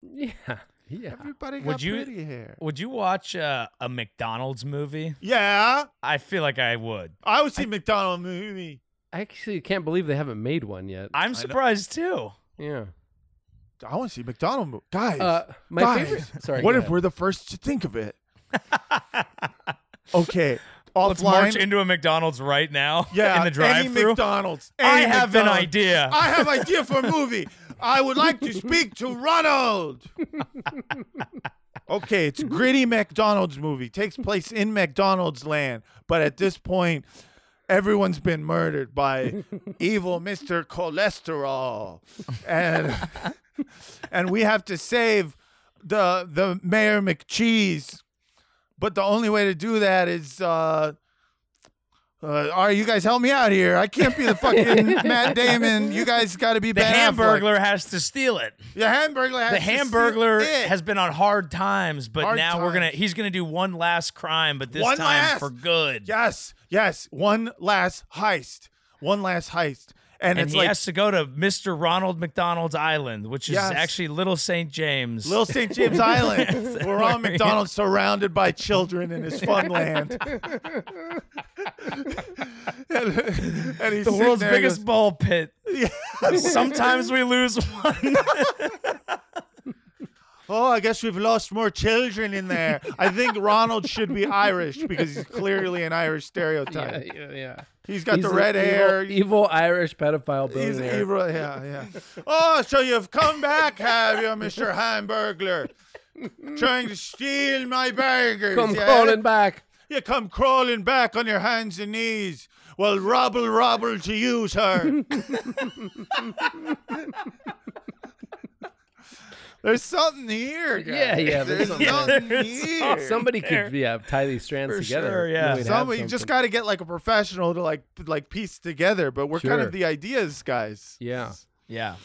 Yeah. Yeah. Everybody got Would you- pretty hair. Would you watch uh, a McDonald's movie? Yeah, I feel like I would. I would see McDonald movie. I actually can't believe they haven't made one yet. I'm know. surprised too. yeah. I want to see McDonald movie. Guys, Uh, my guys, favorite. Sorry. what go if ahead. we're the first to think of it? Okay, offline. Let's march into a McDonald's right now. yeah, in the Any drive-through. McDonald's. I Any have an McDonald's. idea. I have idea for a movie. I would like to speak to Ronald. Okay, it's gritty McDonald's movie. Takes place in McDonald's land, but at this point, everyone's been murdered by evil Mr. Cholesterol, and and we have to save the the Mayor McCheese. But the only way to do that is. Uh, uh, all right, you guys help me out here. I can't be the fucking Matt Damon. You guys got to be the Ben Affleck. hamburglar has to steal it. The hamburglar. The Has to steal hamburglar it. has been on hard times, but Hard now we're gonna times. he's gonna do one last crime, but this One time last- for good. Yes, yes. One last heist. One last heist. And, and it's he like has to go to Mr. Ronald McDonald's Island, which is Yes. actually Little St. James. Little St. James Island. We're on McDonald's surrounded by children in his fun land. and, and he's the sitting world's there, he biggest ball pit. goes, Sometimes we lose one. Oh, I guess we've lost more children in there. I think Ronald should be Irish because he's clearly an Irish stereotype. Yeah, yeah, yeah. He's got He's the an red evil- hair. Evil Irish pedophile He's billionaire. evil. Yeah, yeah. Oh, so you've come back, have you, Mr. Hamburglar? Trying to steal my burgers. Come yeah? crawling back. You come crawling back on your hands and knees. Well, robble, robble to you, sir. There's something here, guys. Yeah, yeah, there's There's, something something there. here. Somebody There. could yeah tie these strands For together. sure, yeah. Then we'd have Somebody, you just something. got to get like a professional to like like piece together. But we're kind Sure. of the ideas guys. yeah. yeah.